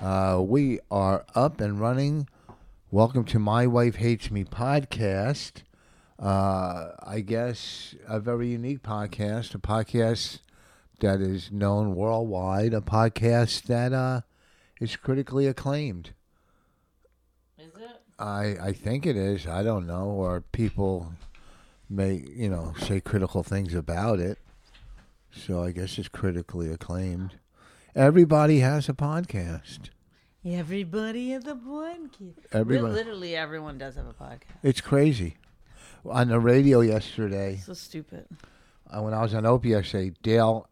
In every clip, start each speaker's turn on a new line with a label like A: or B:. A: Uh, we are up and running. Welcome to my wife hates me podcast. Uh, I guess a very unique podcast, a podcast that is known worldwide, a podcast that uh, is critically acclaimed.
B: Is it?
A: I I think it is. I don't know, or people may you know say critical things about it. So I guess it's critically acclaimed. Everybody has a podcast.
C: Everybody in the podcast.
A: Everybody,
B: Literally everyone does have a podcast.
A: it's crazy. On the radio yesterday,
B: So stupid.
A: uh, when I was on Opie yesterday, Dale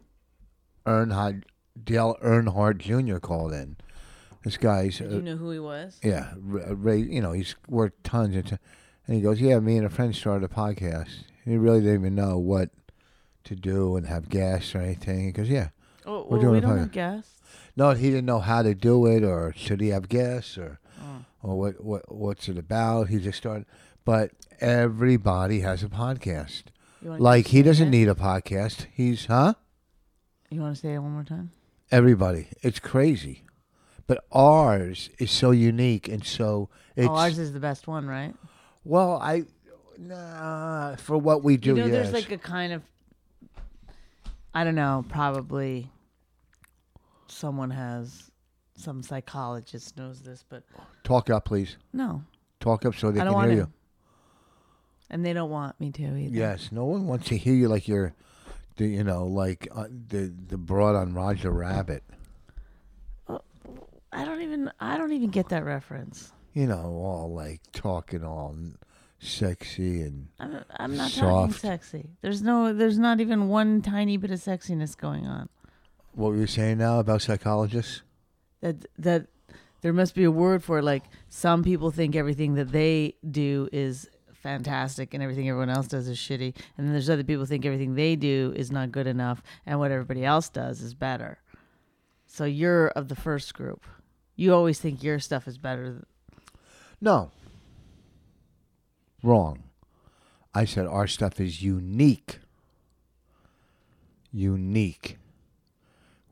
A: Earnhardt, Dale Earnhardt Jr. called in. This guy's
B: Did
A: uh,
B: you know who he was?
A: Yeah, uh, Ra- Ray. You know, he's worked tons, and, ton- and he goes, "Yeah, me and a friend started a podcast." He really didn't even know what to do and have guests or anything. He goes, "Yeah,
B: Oh,
A: We're
B: well,
A: doing
B: we
A: a
B: don't
A: podcast.
B: have guests.
A: no, he didn't know how to do it, or should he have guests, or
B: Mm.
A: or what what what's it about?" He just started, but everybody has a podcast.
B: You wanna
A: Like he doesn't
B: it?
A: need a podcast. He's huh?
B: You want to say it one more time?
A: Everybody, it's crazy, but ours is so unique and so it's
B: oh, ours is the best one, right?
A: Well, I nah, for what we do.
B: you know,
A: yes.
B: there's like a kind of, I don't know, probably someone has, some psychologist knows this, but
A: Talk up, please.
B: no,
A: Talk up so they
B: I
A: can
B: don't want
A: hear
B: to.
A: you.
B: And they don't want me to either.
A: Yes, no one wants to hear you like you're, the, you know, like uh, the the broad on Roger Rabbit.
B: I don't even. I don't even get that reference.
A: You know, all like talking all n- sexy and
B: I'm, I'm not talking
A: Soft.
B: sexy. There's no. There's not even one tiny bit of sexiness going on.
A: what were you saying now about psychologists?
B: that that there must be a word for it. like some people think everything that they do is fantastic and everything everyone else does is shitty and then there's other people think everything they do is not good enough and what everybody else does is better so you're of the first group you always think your stuff is better th-
A: No. Wrong. I said our stuff is unique. Unique.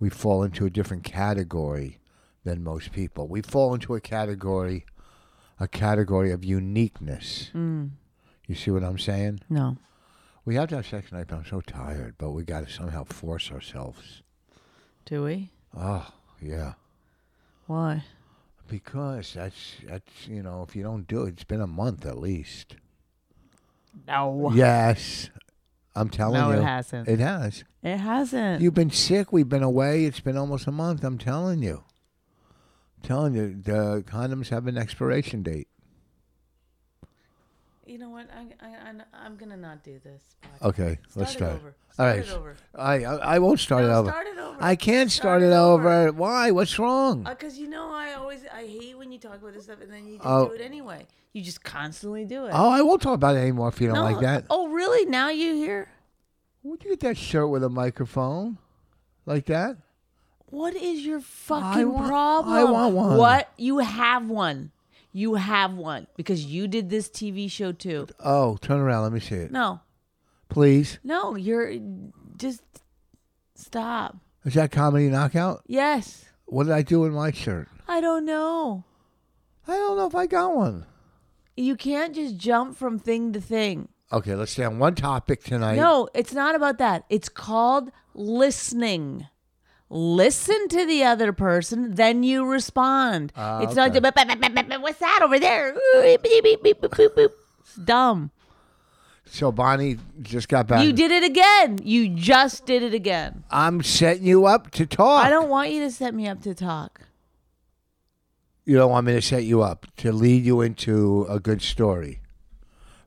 A: We fall into a different category than most people. We fall into a category, a category of uniqueness. You see what I'm saying?
B: no
A: We have to have sex tonight, but I'm so tired. But we got to somehow force ourselves.
B: do we
A: Oh, yeah.
B: why
A: Because that's, that's you know, if you don't do it, it's been a month at least.
B: no
A: Yes. I'm telling
B: No,
A: you.
B: it hasn't.
A: It has.
B: it hasn't
A: You've been sick. We've been away. It's been almost a month. I'm telling you. I'm telling you, the condoms have an expiration date.
B: you know what I, I, I, i'm gonna not do this
A: Okay, let's
B: it
A: start.
B: over.
A: All
B: Start
A: right.
B: it over.
A: I, I I won't start
B: No,
A: it over.
B: start it over.
A: I can't start,
B: Start
A: it
B: it
A: over.
B: over.
A: Why? What's wrong?
B: Because Uh, you know, I always I hate when you talk about this stuff, and then you just
A: Oh.
B: do it anyway. You just constantly do it.
A: oh, I won't talk about it anymore if you don't like that.
B: Oh, really? Now you hear?
A: Would you get that shirt with a microphone? Like that?
B: What is your fucking
A: want-
B: problem?
A: I want one.
B: What? You have one. You have one because you did this TV show too.
A: Oh, turn around. Let me see it.
B: No,
A: Please.
B: no, you're just stop.
A: Is that comedy knockout?
B: Yes,
A: What did I do in my shirt?
B: I don't know.
A: I don't know if I got one.
B: You can't just jump from thing to thing.
A: Okay, let's stay on one topic tonight.
B: No, it's not about that. It's called listening. Listen to the other person, then you respond.
A: Ah,
B: it's not
A: okay.
B: just, "Bah, bah, bah, bah, bah, what's that over there? Ooh, beep, beep, beep, beep, boop, boop, boop." It's dumb.
A: So Bonnie just got back.
B: You did it again. You just did it again.
A: I'm setting you up to talk.
B: I don't want you to set me up to talk.
A: You don't want me to set you up to lead you into a good story.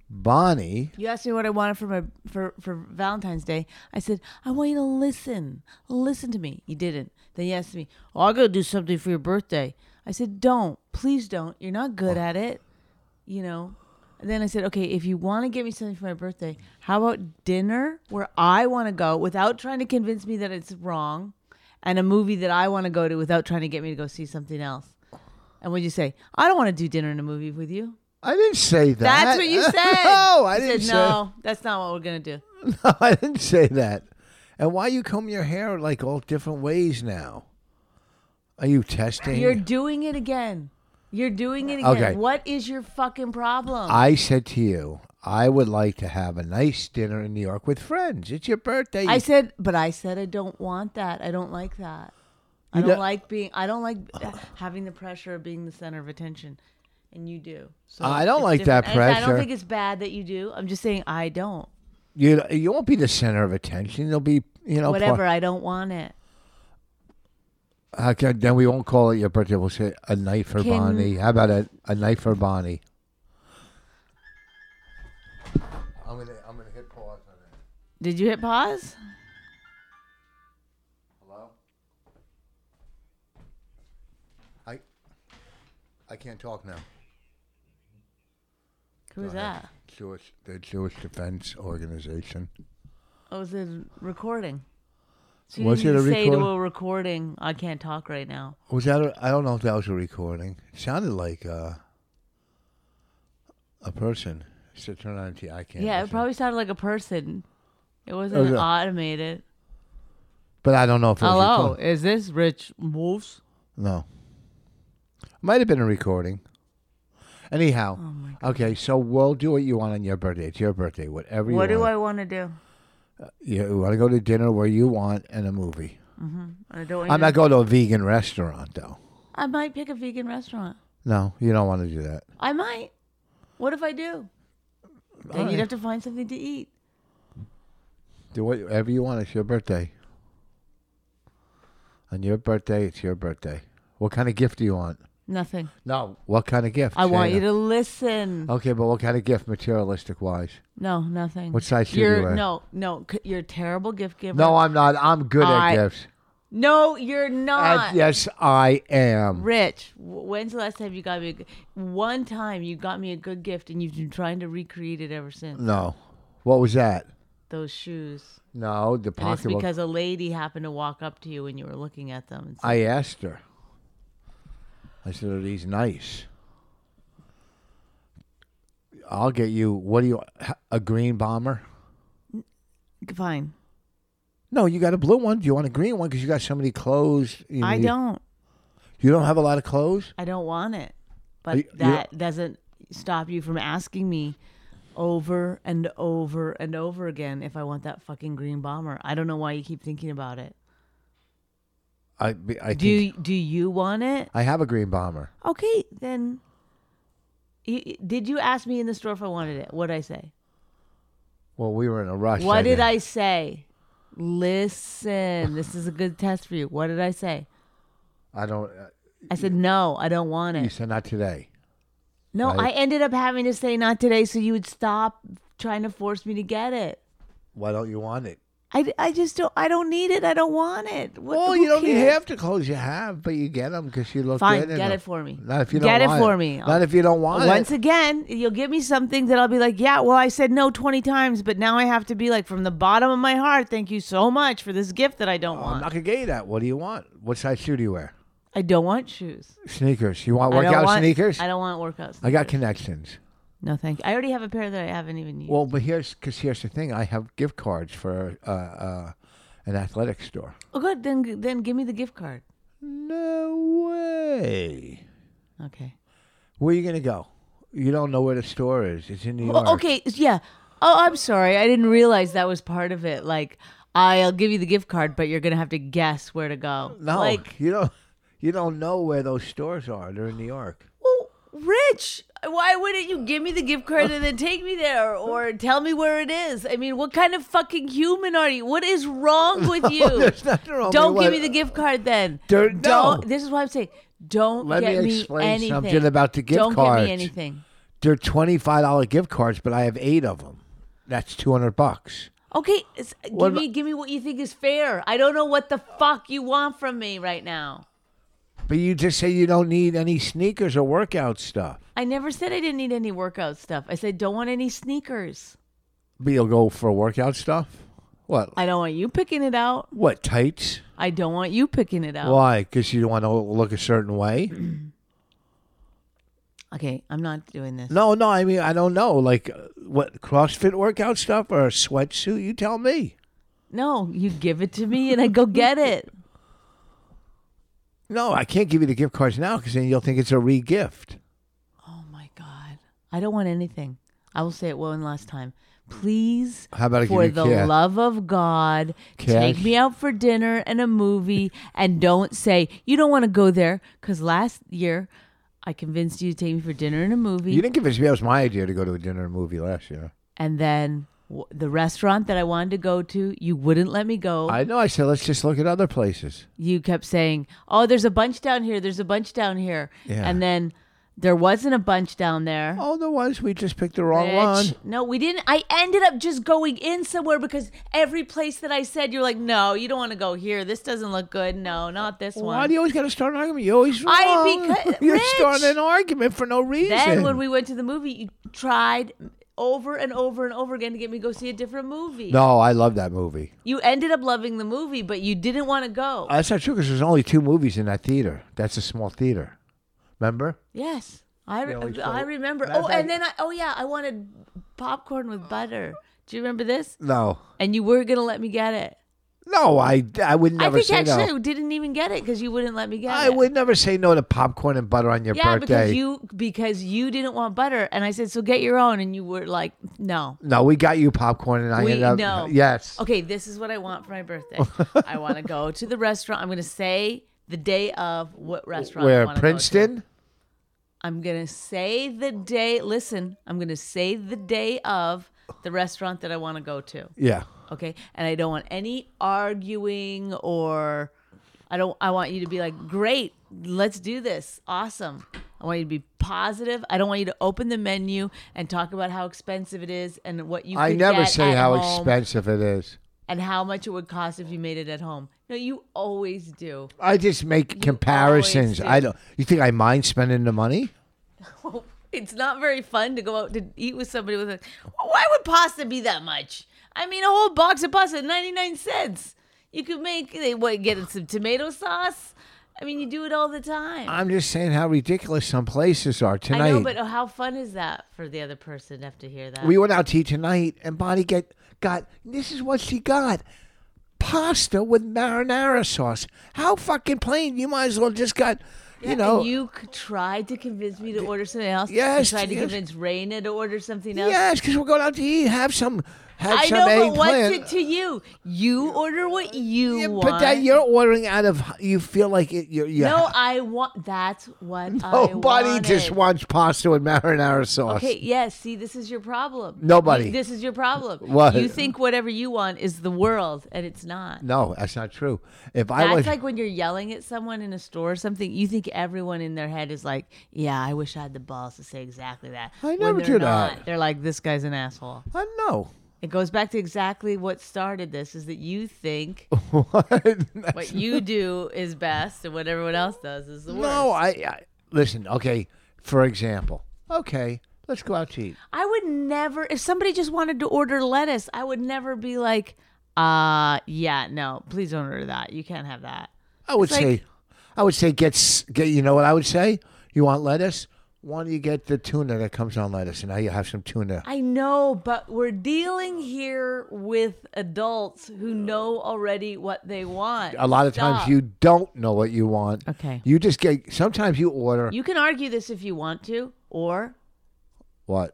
A: Bonnie,
B: You asked me what I wanted for my for for Valentine's Day. I said I want you to listen, listen to me. You didn't. Then you asked me, "Oh, I gotta do something for your birthday." I said, "Don't, please don't. You're not good at it, you know." And then I said, "Okay, if you want to give me something for my birthday, how about dinner where I want to go without trying to convince me that it's wrong, and a movie that I want to go to without trying to get me to go see something else?" And would you say, "I don't want to do dinner and a movie with you."
A: I didn't say that.
B: That's what you said.
A: no, I
B: You
A: didn't
B: said,
A: say
B: No, that's not what we're gonna do.
A: No, I didn't say that. And why you comb your hair like all different ways now? Are you testing?
B: You're doing it again. You're doing it again.
A: Okay.
B: What is your fucking problem?
A: I said to you, I would like to have a nice dinner in New York with friends. It's your birthday.
B: I said, but I said I don't want that. I don't like that. I
A: You
B: don't
A: don't-
B: like being. I don't like having the pressure of being the center of attention, and you do. So
A: I don't
B: it's
A: like that
B: different. And I
A: pressure.
B: don't think it's bad that you do. I'm just saying I don't.
A: you you won't be the center of attention. You'll be you know
B: Whatever. I don't want it.
A: par- okay, then we won't call it your birthday. We'll say a night for
B: Can-
A: Bonnie. How about a, a night for Bonnie? I'm gonna I'm gonna hit pause on that.
B: Did you hit pause?
A: Hello. I I can't talk now.
B: Who's
A: Go ahead.
B: that?
A: Jewish, the Jewish Defense Organization.
B: Oh, was it recording? So
A: Was
B: didn't
A: it a
B: say
A: record-
B: to a recording, I can't talk right now.
A: Was that? A, I don't know if that was a recording. It sounded like uh, a person. Said turn on T. I can't.
B: Yeah, it
A: listen."
B: probably sounded like a person. It wasn't
A: Okay.
B: automated.
A: But I don't know if it was
B: Hello,
A: recorded.
B: is this Rich Wolves?
A: No. Might have been a recording.
B: Oh
A: Anyhow. okay, so we'll do what you want on your birthday. It's your birthday. Whatever
B: What
A: you
B: do
A: want.
B: I want to do?
A: You want to go to dinner where you want and a movie.
B: I don't. want
A: I'm
B: you
A: not
B: to-
A: going to a vegan restaurant though.
B: I might pick a vegan restaurant.
A: No, you don't want to do that.
B: I might. What if I do? Then
A: All
B: you'd
A: right.
B: have to find something to eat.
A: Do whatever you want. It's your birthday. On your birthday, it's your birthday. What kind of gift do you want?
B: Nothing.
A: No. What kind of gift?
B: I want
A: Shayna?
B: you to listen.
A: Okay, but what kind of gift, materialistic wise?
B: No, nothing.
A: What size shoe do you
B: You're
A: wear?
B: no, no. c- You're a terrible gift giver.
A: No, I'm not. I'm good
B: I-
A: at gifts.
B: no, you're not.
A: And yes, I am.
B: Rich, w- when's the last time you got me a g- one time you got me a good gift and you've been trying to recreate it ever since?
A: No. What was that?
B: Those shoes.
A: No, the
B: And it's
A: pocketbook.
B: because a lady happened to walk up to you when you were looking at them. And said,
A: I asked her. I said, "Are these nice?" I'll get you. What do you? A green bomber?
B: Fine.
A: No, you got a blue one. Do you want a green one? Because you got so many clothes. You
B: I
A: need-
B: don't.
A: You don't have a lot of clothes.
B: I don't want it. But
A: you- you
B: that doesn't stop you from asking me over and over and over again if I want that fucking green bomber. I don't know why you keep thinking about it.
A: I be- I
B: Do
A: think-
B: you, do you want it?
A: I have a green bomber.
B: Okay, then. You, you- did you ask me in the store if I wanted it? What did I say?
A: Well, we were in a rush.
B: What did
A: didn't-
B: I say? Listen, this is a good test for you. What did I say?
A: I don't. Uh,
B: I said no, I don't want
A: you
B: it.
A: said not today.
B: No, I
A: Right.
B: ended up having to say not today, so you would stop trying to force me to get it.
A: Why don't you want it?
B: I, I just don't. I don't need it. I don't want it. What,
A: well,
B: who
A: you don't need
B: cares?
A: half the clothes you have, but you get them because you look
B: Fine,
A: good. in
B: get
A: them.
B: it for me.
A: Not if you
B: Get
A: don't
B: it
A: want
B: for me.
A: Not if you don't want
B: Once
A: it.
B: again, you'll give me something that I'll be like, yeah, well, I said no 20 times, but now I have to be like, from the bottom of my heart, thank you so much for this gift that I don't
A: Oh, I'm
B: want.
A: not gonna get you that. What do you want? What size shoe do you wear?
B: I don't want shoes.
A: Sneakers. You want
B: I don't
A: workout
B: want-
A: sneakers?
B: I don't want workouts.
A: I got connections.
B: No, thank you. I already have a pair that I haven't even used.
A: Well, but here's because here's the thing. I have gift cards for uh, uh, an athletic store.
B: oh, good. Then, then give me the gift card.
A: No way.
B: Okay.
A: Where are you gonna go? You don't know where the store is. It's in New York.
B: Well, okay, yeah. Oh, I'm sorry. I didn't realize that was part of it. Like, I'll give you the gift card, but you're gonna have to guess where to go.
A: No,
B: like,
A: you don't. You don't know where those stores are. They're in New York.
B: well, Rich, Why wouldn't you give me the gift card and then take me there or tell me where it is? I mean, what kind of fucking human are you? What is wrong with you?
A: there's nothing wrong with
B: Don't give
A: what-
B: me the gift card then.
A: There-
B: Don't.
A: no.
B: This is why I'm saying. Don't
A: Let
B: get
A: me
B: me
A: explain
B: anything.
A: something about the gift
B: Don't
A: cards.
B: get me anything.
A: They're twenty five dollar gift cards, but I have eight of them. That's two hundred bucks.
B: Okay, it's,
A: What
B: give me give me what you think is fair. I don't know what the fuck you want from me right now.
A: But you just say you don't need any sneakers or workout stuff.
B: I never said I didn't need any workout stuff. I said don't want any sneakers.
A: But you'll go for workout stuff. What?
B: I don't want you picking it out.
A: what tights?
B: I don't want you picking it out.
A: Why? Because you want to look a certain way.
B: Okay, I'm not doing this.
A: No, no. I mean, I don't know. Like uh, what CrossFit workout stuff or a sweatsuit? You tell me.
B: No, you give it to me and I go get it.
A: No, I can't give you the gift cards now because then you'll think it's a re-gift.
B: Oh my god. I don't want anything. I will say it one last time. Please
A: How about I give
B: for
A: you
B: the
A: cash?
B: love of God, take
A: Cash?
B: me out for dinner and a movie and don't say you don't want to go there cuz last year I convinced you to take me for dinner and a movie
A: You didn't give it to me. It was my idea to go to a dinner and movie last year.
B: and then w- the restaurant that I wanted to go to, you wouldn't let me go.
A: I know. I said let's just look at other places.
B: you kept saying, "Oh, there's a bunch down here. There's a bunch down here."
A: Yeah.
B: And then there wasn't a bunch down there.
A: Oh, there was. We just picked the wrong
B: Bitch.
A: one.
B: No, we didn't. I ended up just going in somewhere because every place that I said, you're like, "No, you don't want to go here. This doesn't look good. No, not this
A: Why
B: one."
A: do you always got to start an argument? You always wrong.
B: I- because-
A: You're
B: Rich.
A: starting an argument for no reason.
B: then when we went to the movie, you tried over and over and over again to get me to go see a different movie.
A: no, I love that movie.
B: You ended up loving the movie, but you didn't want to go.
A: That's not true because there's only two movies in that theater. That's a small theater. Remember?
B: Yes, I re-
A: always
B: I
A: go-
B: remember.
A: Matter of
B: Oh,
A: fact-
B: and then I oh yeah, I wanted popcorn
A: Oh.
B: with butter. Do you remember this?
A: No,
B: And you were gonna let me get it.
A: no, I I would never
B: I think
A: say
B: actually
A: no.
B: I didn't even get it because you wouldn't let me get
A: I
B: it.
A: would never say no to popcorn and butter on your
B: Yeah,
A: birthday.
B: because you because you didn't want butter, and I said so get your own, and you were like no.
A: no, we got you popcorn and I
B: We
A: ended up.
B: no.
A: Yes.
B: Okay, this is what I want for my birthday. I want to go to the restaurant. I'm gonna say the day of what restaurant. I
A: Where
B: wanna go to.
A: Princeton?
B: I'm gonna say the day. Listen, I'm gonna say the day of the restaurant that I want to go to.
A: Yeah.
B: Okay, and I don't want any arguing or I don't. I want you to be like, great, let's do this, awesome. I want you to be positive. I don't want you to open the menu and talk about how expensive it is and what you.
A: I
B: could
A: never
B: get
A: say
B: at
A: how
B: home
A: expensive it is.
B: and how much it would cost if you made it at home. No, you always do.
A: I just make comparisons.
B: do.
A: I don't. You think I mind spending the money?
B: It's not very fun to go out to eat with somebody with a. Why would pasta be that much? I mean, a whole box of pasta, ninety nine cents. You could make they what get some tomato sauce. I mean, you do it all the time.
A: I'm just saying how ridiculous some places are tonight.
B: I know, but uh, how fun is that for the other person to have to hear that?
A: we went out to eat tonight, and Bonnie get got this is what she got: pasta with marinara sauce. How fucking plain! You might as well just got, you know,
B: and you c- tried to convince me to order something else.
A: Yes,
B: you tried to
A: yes.
B: convince Raina to order something else.
A: yes, because we're going out to eat. Have some, have
B: I
A: some
B: know, but
A: eggplant.
B: what's it to you? You order what you
A: Yeah,
B: want.
A: but that you're ordering out of you feel like it. You're, you
B: No, I want. That's what I
A: nobody just
B: wanted.
A: wants pasta with marinara sauce.
B: Okay, yes. See, this is your problem.
A: Nobody.
B: You- this is your problem.
A: What?
B: You think whatever you want is the world, and it's not.
A: No, that's not true. If I
B: That's
A: was
B: like when you're yelling at someone in a store or something. You think everyone in their head is like, "Yeah, I wish I had the balls to say exactly that."
A: I
B: When
A: never
B: they're
A: do
B: not,
A: that.
B: They're like, "This guy's an asshole."
A: I know.
B: It goes back to exactly what started this: is that you think
A: What?
B: what you do is best, and what everyone else does is the worst.
A: No, I, I listen. Okay, for example, okay, let's go out to eat.
B: I would never, if somebody just wanted to order lettuce, I would never be like, uh, yeah, no, please don't order that. You can't have that.
A: I would
B: It's like-
A: say, I would say, get s- get. You know what I would say? You want lettuce? Why don't you get the tuna that comes on lettuce, and now you have some tuna.
B: I know, but we're dealing here with adults who know already what they want.
A: A lot of times
B: Stop.
A: you don't know what you want.
B: Okay.
A: You just get. Sometimes you order
B: You can argue this if you want to, or
A: what?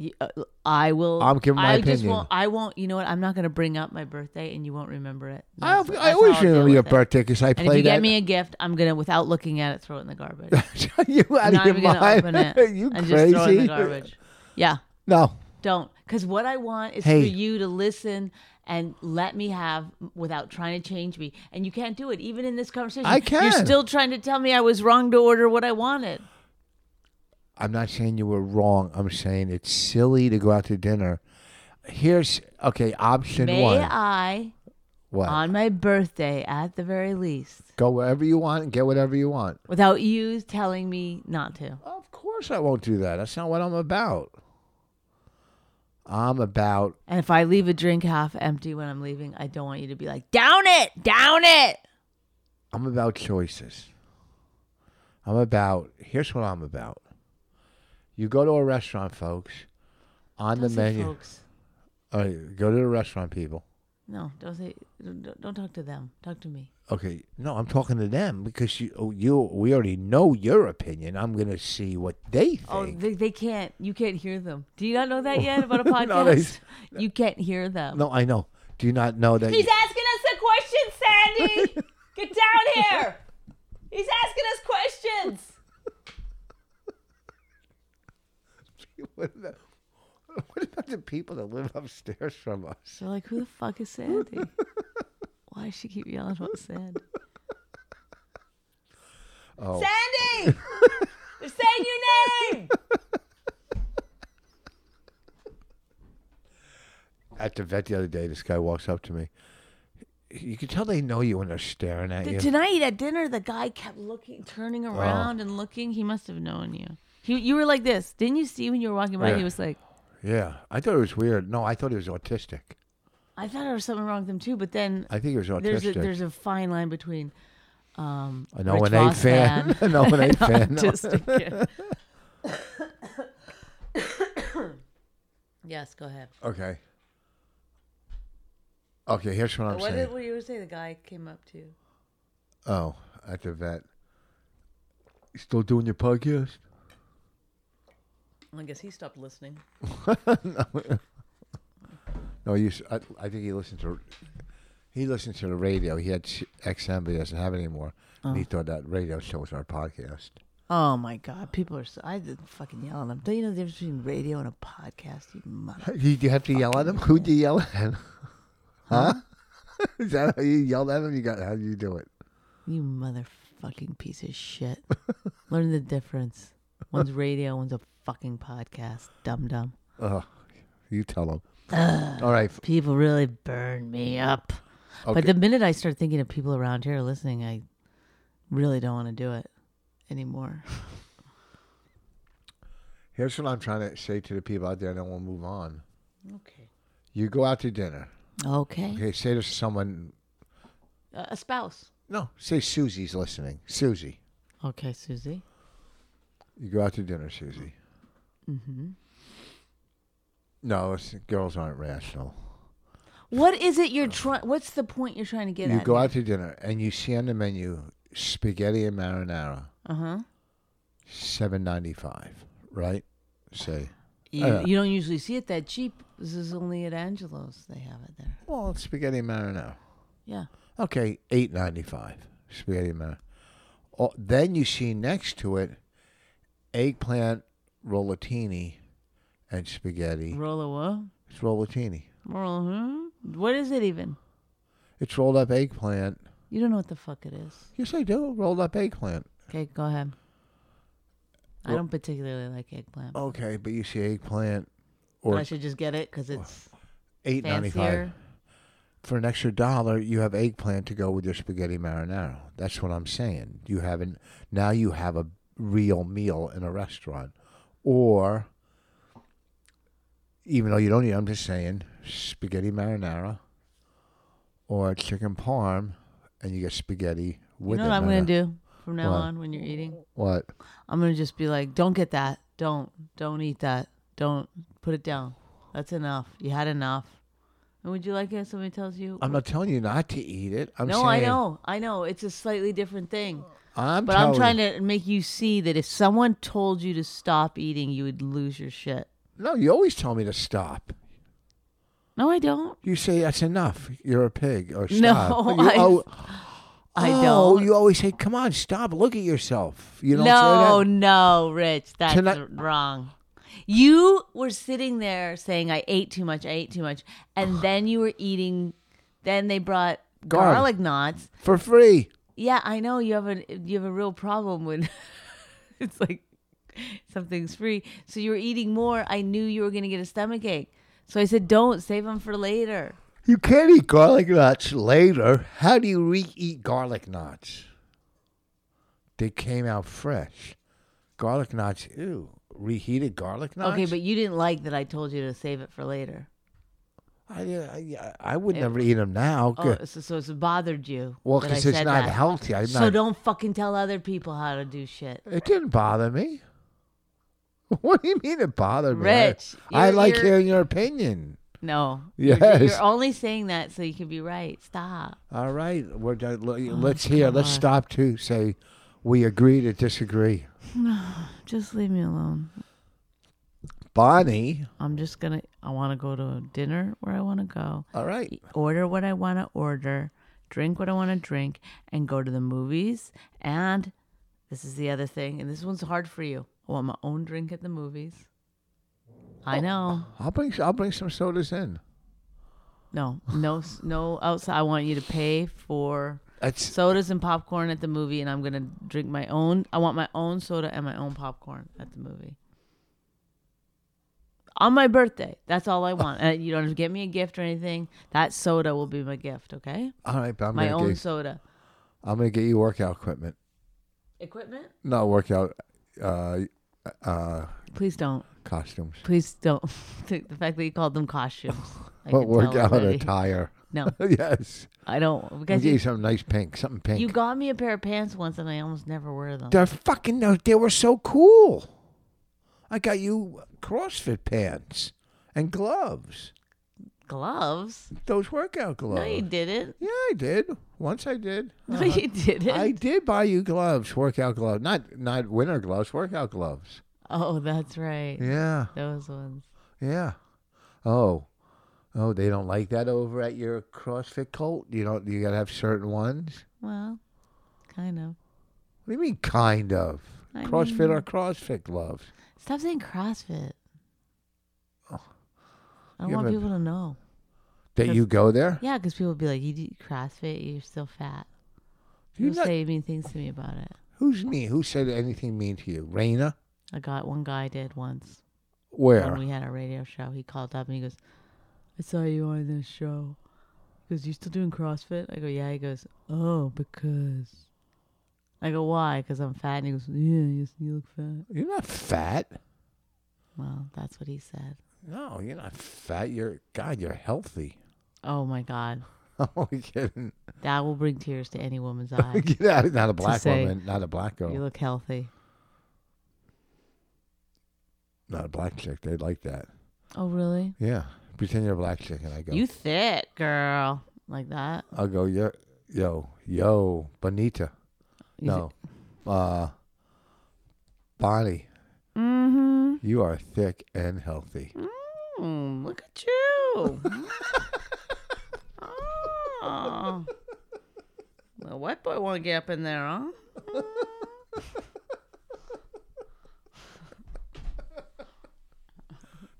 B: You- uh, I will.
A: I'm giving my
B: I Just
A: opinion.
B: won't, I won't. You know what? I'm not going to bring up my birthday, and you won't remember it.
A: I,
B: That's-
A: I
B: that's
A: always
B: how I'll deal
A: remember your
B: with it.
A: birthday because I
B: And if you
A: played
B: get
A: that.
B: me a gift, I'm gonna, without looking at it, throw it in the garbage.
A: you out
B: I'm
A: of
B: not
A: your
B: even gonna
A: mind?
B: open it.
A: Are you
B: and
A: crazy?
B: just throw it in the garbage. Yeah,
A: No,
B: don't. Because what I want is
A: Hey.
B: for you to listen and let me have without trying to change me. And you can't do it, even in this conversation.
A: I
B: You're
A: can.
B: still trying to tell me I was wrong to order what I wanted.
A: I'm not saying you were wrong. I'm saying it's silly to go out to dinner. Here's okay. Option
B: May
A: one.
B: I,
A: what?
B: on my birthday, at the very least,
A: go wherever you want and get whatever you want.
B: without you telling me not to?
A: Of course, I won't do that. That's not what I'm about. I'm about
B: And if I leave a drink half empty when I'm leaving, I don't want you to be like, down it, down it.
A: I'm about choices. I'm about here's what I'm about. You go to a restaurant, folks. On
B: Don't
A: the
B: say
A: menu,
B: folks.
A: All right, go to the restaurant, people.
B: No, don't say. Don't, don't talk to them. Talk to me.
A: Okay, no, I'm talking to them because you, oh, you, we already know your opinion. I'm gonna see what they think.
B: Oh, they, they can't. You can't hear them. Do you not know that yet about a podcast?
A: No, they-
B: you can't hear them.
A: no, I know. Do you not know that?
D: He's
A: you-
D: asking us a question, Sandy. Get down here. He's asking us questions.
A: what, about, what about the people that live upstairs from us?
B: So like, who the fuck is Sandy? Why does she keep yelling about Sandy?
A: Oh,
D: Sandy. They're saying your name.
A: At the vet the other day, this guy walks up to me. You can tell they know you when they're staring at
B: Th-
A: you. Oh.
B: Tonight at dinner, the guy kept looking, turning around and looking. He must have known you. He, you were like this. Didn't you see when you were walking by?
A: Yeah.
B: He was like,
A: Yeah, I thought it was weird. No, I thought he was autistic.
B: I thought there was something wrong with them too. But then
A: I think he was autistic.
B: there's a, there's a fine line between. Um,
A: I know
B: Rich
A: an eight
B: Voss
A: fan. I know an eight fan.
B: Just a kid. yes, go ahead.
A: Okay. Okay, here's what I'm
B: what
A: saying.
B: did what you were say? The guy came up to.
A: Oh, at the vet. You still doing your podcast?
B: I guess he stopped listening.
A: No, you. s- I, I think he listened to. He listened to the radio. He had sh- XM, but he doesn't have it anymore. And he thought that radio show was our podcast.
B: Oh my god, people are so I did fucking yell at him. Don't you know the difference between radio and a podcast? You mother.
A: Did you have to yell at him? Who'd you yell at? Huh? Is that how you yelled at him? You got how do you do it?
B: You motherfucking piece of shit. Learn the difference. One's radio, one's a fucking podcast. Dum dum.
A: Ugh. You tell him. All right. f-
B: People really burn me up.
A: Okay.
B: But the minute I start thinking of people around here listening, I really don't want to do it anymore.
A: Here's what I'm trying to say to the people out there, and then we'll move on.
B: Okay.
A: You go out to dinner.
B: Okay.
A: Okay, say to someone.
B: Uh, A a spouse.
A: No, say Susie's listening. Susie,
B: Okay, Susie.
A: you go out to dinner, Susie. Mm-hmm. No, it's, girls aren't rational.
B: What is it you're trying? What's the point you're trying to get
A: you
B: at?
A: go out to dinner and you see on the menu spaghetti and marinara,
B: Uh huh.
A: seven ninety five, right? Say,
B: You,
A: Uh,
B: you don't usually see it that cheap. This is only at Angelo's they have it there.
A: well, it's spaghetti and marinara.
B: Yeah.
A: Okay, eight ninety five, spaghetti and marinara. Oh, then you see next to it, eggplant rollatini, and spaghetti.
B: Roll what?
A: It's rollatini.
B: Roll who? What is it even?
A: It's rolled up eggplant.
B: You don't know what the fuck it is.
A: Yes, I do. Rolled up eggplant.
B: Okay, go ahead. I
A: Well-
B: don't particularly like eggplant. but
A: Okay, but you see eggplant or Oh,
B: I should just get it because it's
A: eight ninety five
B: fancier.
A: for an extra dollar. You have eggplant to go with your spaghetti marinara. That's what I'm saying. You haven't now. You have a real meal in a restaurant, or even though you don't eat, I'm just saying spaghetti marinara or chicken parm, and you get spaghetti
B: You
A: with.
B: know
A: it,
B: what I'm
A: marinara.
B: going to do from now
A: What?
B: on when you're eating?
A: What?
B: I'm gonna just be like, don't get that. Don't. Don't eat that. Don't put it down. That's enough. You had enough. And would you like it if somebody tells you?
A: I'm not telling you not to eat it. I'm
B: no,
A: saying,
B: I know. I know. It's a slightly different thing.
A: I'm
B: But
A: telling
B: I'm trying to make you see that if someone told you to stop eating, you would lose your shit.
A: No, you always tell me to stop.
B: No, I don't.
A: You say that's enough. You're a pig or
B: No,
A: stop. You
B: I-
A: al-
B: I
A: Oh,
B: don't.
A: You always say, "Come on, stop. Look at yourself." You don't
B: no,
A: say that.
B: no, Rich, that's
A: Tonight-
B: r- wrong. You were sitting there saying, "I ate too much. I ate too much," and then you were eating. Then they brought
A: Garlic.
B: garlic knots.
A: for free.
B: Yeah, I know you have a you have a real problem when it's like something's free. So you were eating more. I knew you were gonna get a stomach ache. So I said, "Don't save them for later."
A: You can't eat garlic knots later. How do you re-eat garlic knots? They came out fresh. Garlic knots. Ew. Reheated garlic knots.
B: Okay, but you didn't like that I told you to save it for later.
A: I, I, I would never eat them now.
B: Oh, so, so it's bothered you.
A: well,
B: that I
A: because it's
B: said
A: not
B: that.
A: healthy. I'm
B: So
A: not,
B: don't fucking tell other people how to do shit.
A: It didn't bother me. What do you mean it bothered me?
B: Rich,
A: I, I
B: you're-
A: like
B: you're-
A: hearing your opinion.
B: No. You're,
A: Yes.
B: you're only saying that so you can be right. Stop.
A: All right, we're done.
B: Oh
A: L- let's hear. Let's stop to say we agree to disagree.
B: Just leave me alone.
A: Bonnie.
B: I'm just going to, I want to go to dinner where I want to go,
A: All right.
B: order what I want to order, drink what I want to drink, and go to the movies. And this is the other thing, and this one's hard for you. I want my own drink at the movies.
A: Oh.
B: I know.
A: I'll bring. I'll bring some sodas in.
B: No, no, s- no outside. I want you to pay for
A: That's
B: sodas and popcorn at the movie, and I'm gonna drink my own. I want my own soda and my own popcorn at the movie. On my birthday, that's
A: Uh.
B: all I want. And you don't have to get me a gift or anything. That soda will be my gift, okay?
A: all right. But I'm
B: my
A: gonna
B: own
A: get,
B: soda
A: I'm gonna get you workout equipment.
B: equipment.
A: Not workout. Uh, uh,
B: Please don't.
A: costumes.
B: Please don't. the the fact that you called them costumes. I
A: What
B: could tell
A: workout
B: already.
A: attire?
B: No,
A: yes.
B: I don't.
A: I'll
B: Because
A: get you
B: you,
A: something nice pink. Something pink.
B: you got me a pair of pants once, and I almost never wear them.
A: They're fucking. no, They were so cool. I got you CrossFit pants and gloves.
B: Gloves.
A: Those workout gloves.
B: No, you didn't.
A: Yeah, I did. Once I did.
B: No, you didn't.
A: Uh-huh. I did buy you gloves, workout gloves. Not not winter gloves, workout gloves.
B: Oh, that's right.
A: Yeah,
B: Those ones.
A: yeah. Oh, oh, they don't like that over at your CrossFit cult. You don't. You gotta have certain ones.
B: Well, kind of.
A: What do you mean, kind of?
B: I
A: CrossFit or CrossFit gloves?
B: Stop saying CrossFit. I don't
A: You
B: want
A: haven't-
B: people to know.
A: That you go there?
B: Yeah, because people would be like, "You do CrossFit, you're still fat."
A: You're
B: People
A: not-
B: say mean things to me about it.
A: Who's me? Who said anything mean to you? Raina?
B: I got one guy did once
A: Where?
B: when we had our radio show. He called up and he goes, "I saw you on this show." He goes, "You still doing CrossFit?" I go, "Yeah." He goes, "Oh, because." I go, "Why?" Because I'm fat. And he goes, "Yeah, you, you look fat."
A: You're not fat.
B: Well, that's what he said.
A: No, you're not fat. You're God. You're healthy.
B: Oh my God.
A: I'm only kidding.
B: That will bring tears to any woman's eye.
A: Get out of- Not a black
B: say,
A: woman. Not a black girl.
B: you look healthy.
A: not a black chick. They like that.
B: Oh, really?
A: Yeah. Pretend you're a black chick, and I go.
B: You thick, girl. Like that?
A: I'll go. Yo, yo, yo, Bonita.
B: You
A: no, uh, Bonnie. Mm-hmm. You are thick and healthy.
B: thi- Mm, look at you. oh. The white boy want to get up in there, huh?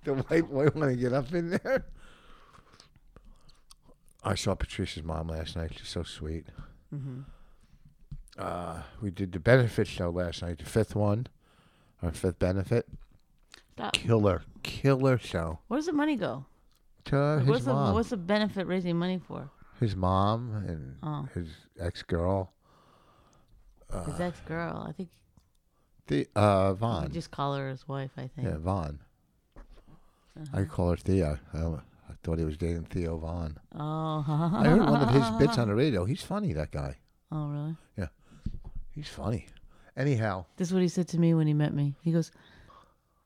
A: The white boy want to get up in there. I saw Patricia's mom last night. She's so sweet. Mm-hmm. Uh, we did the benefit show last night, the fifth one, our fifth benefit.
B: Stop.
A: Killer, killer show.
B: Where does the money go?
A: To
B: Like,
A: Uh, his
B: what's, the,
A: mom,
B: what's the benefit raising money for?
A: his mom, and
B: Oh.
A: his ex girl, Uh,
B: His ex girl. I think
A: the uh,
B: we
A: Vaughn.
B: just call her his wife, I think.
A: Yeah, Vaughn.
B: Uh-huh.
A: I call her Theo. I, don't- I thought he was dating Theo Vaughn.
B: Oh,
A: I heard one of his bits on the radio. He's funny, that guy.
B: oh, really?
A: He's funny. Anyhow,
B: This is what he said to me when he met me. He goes,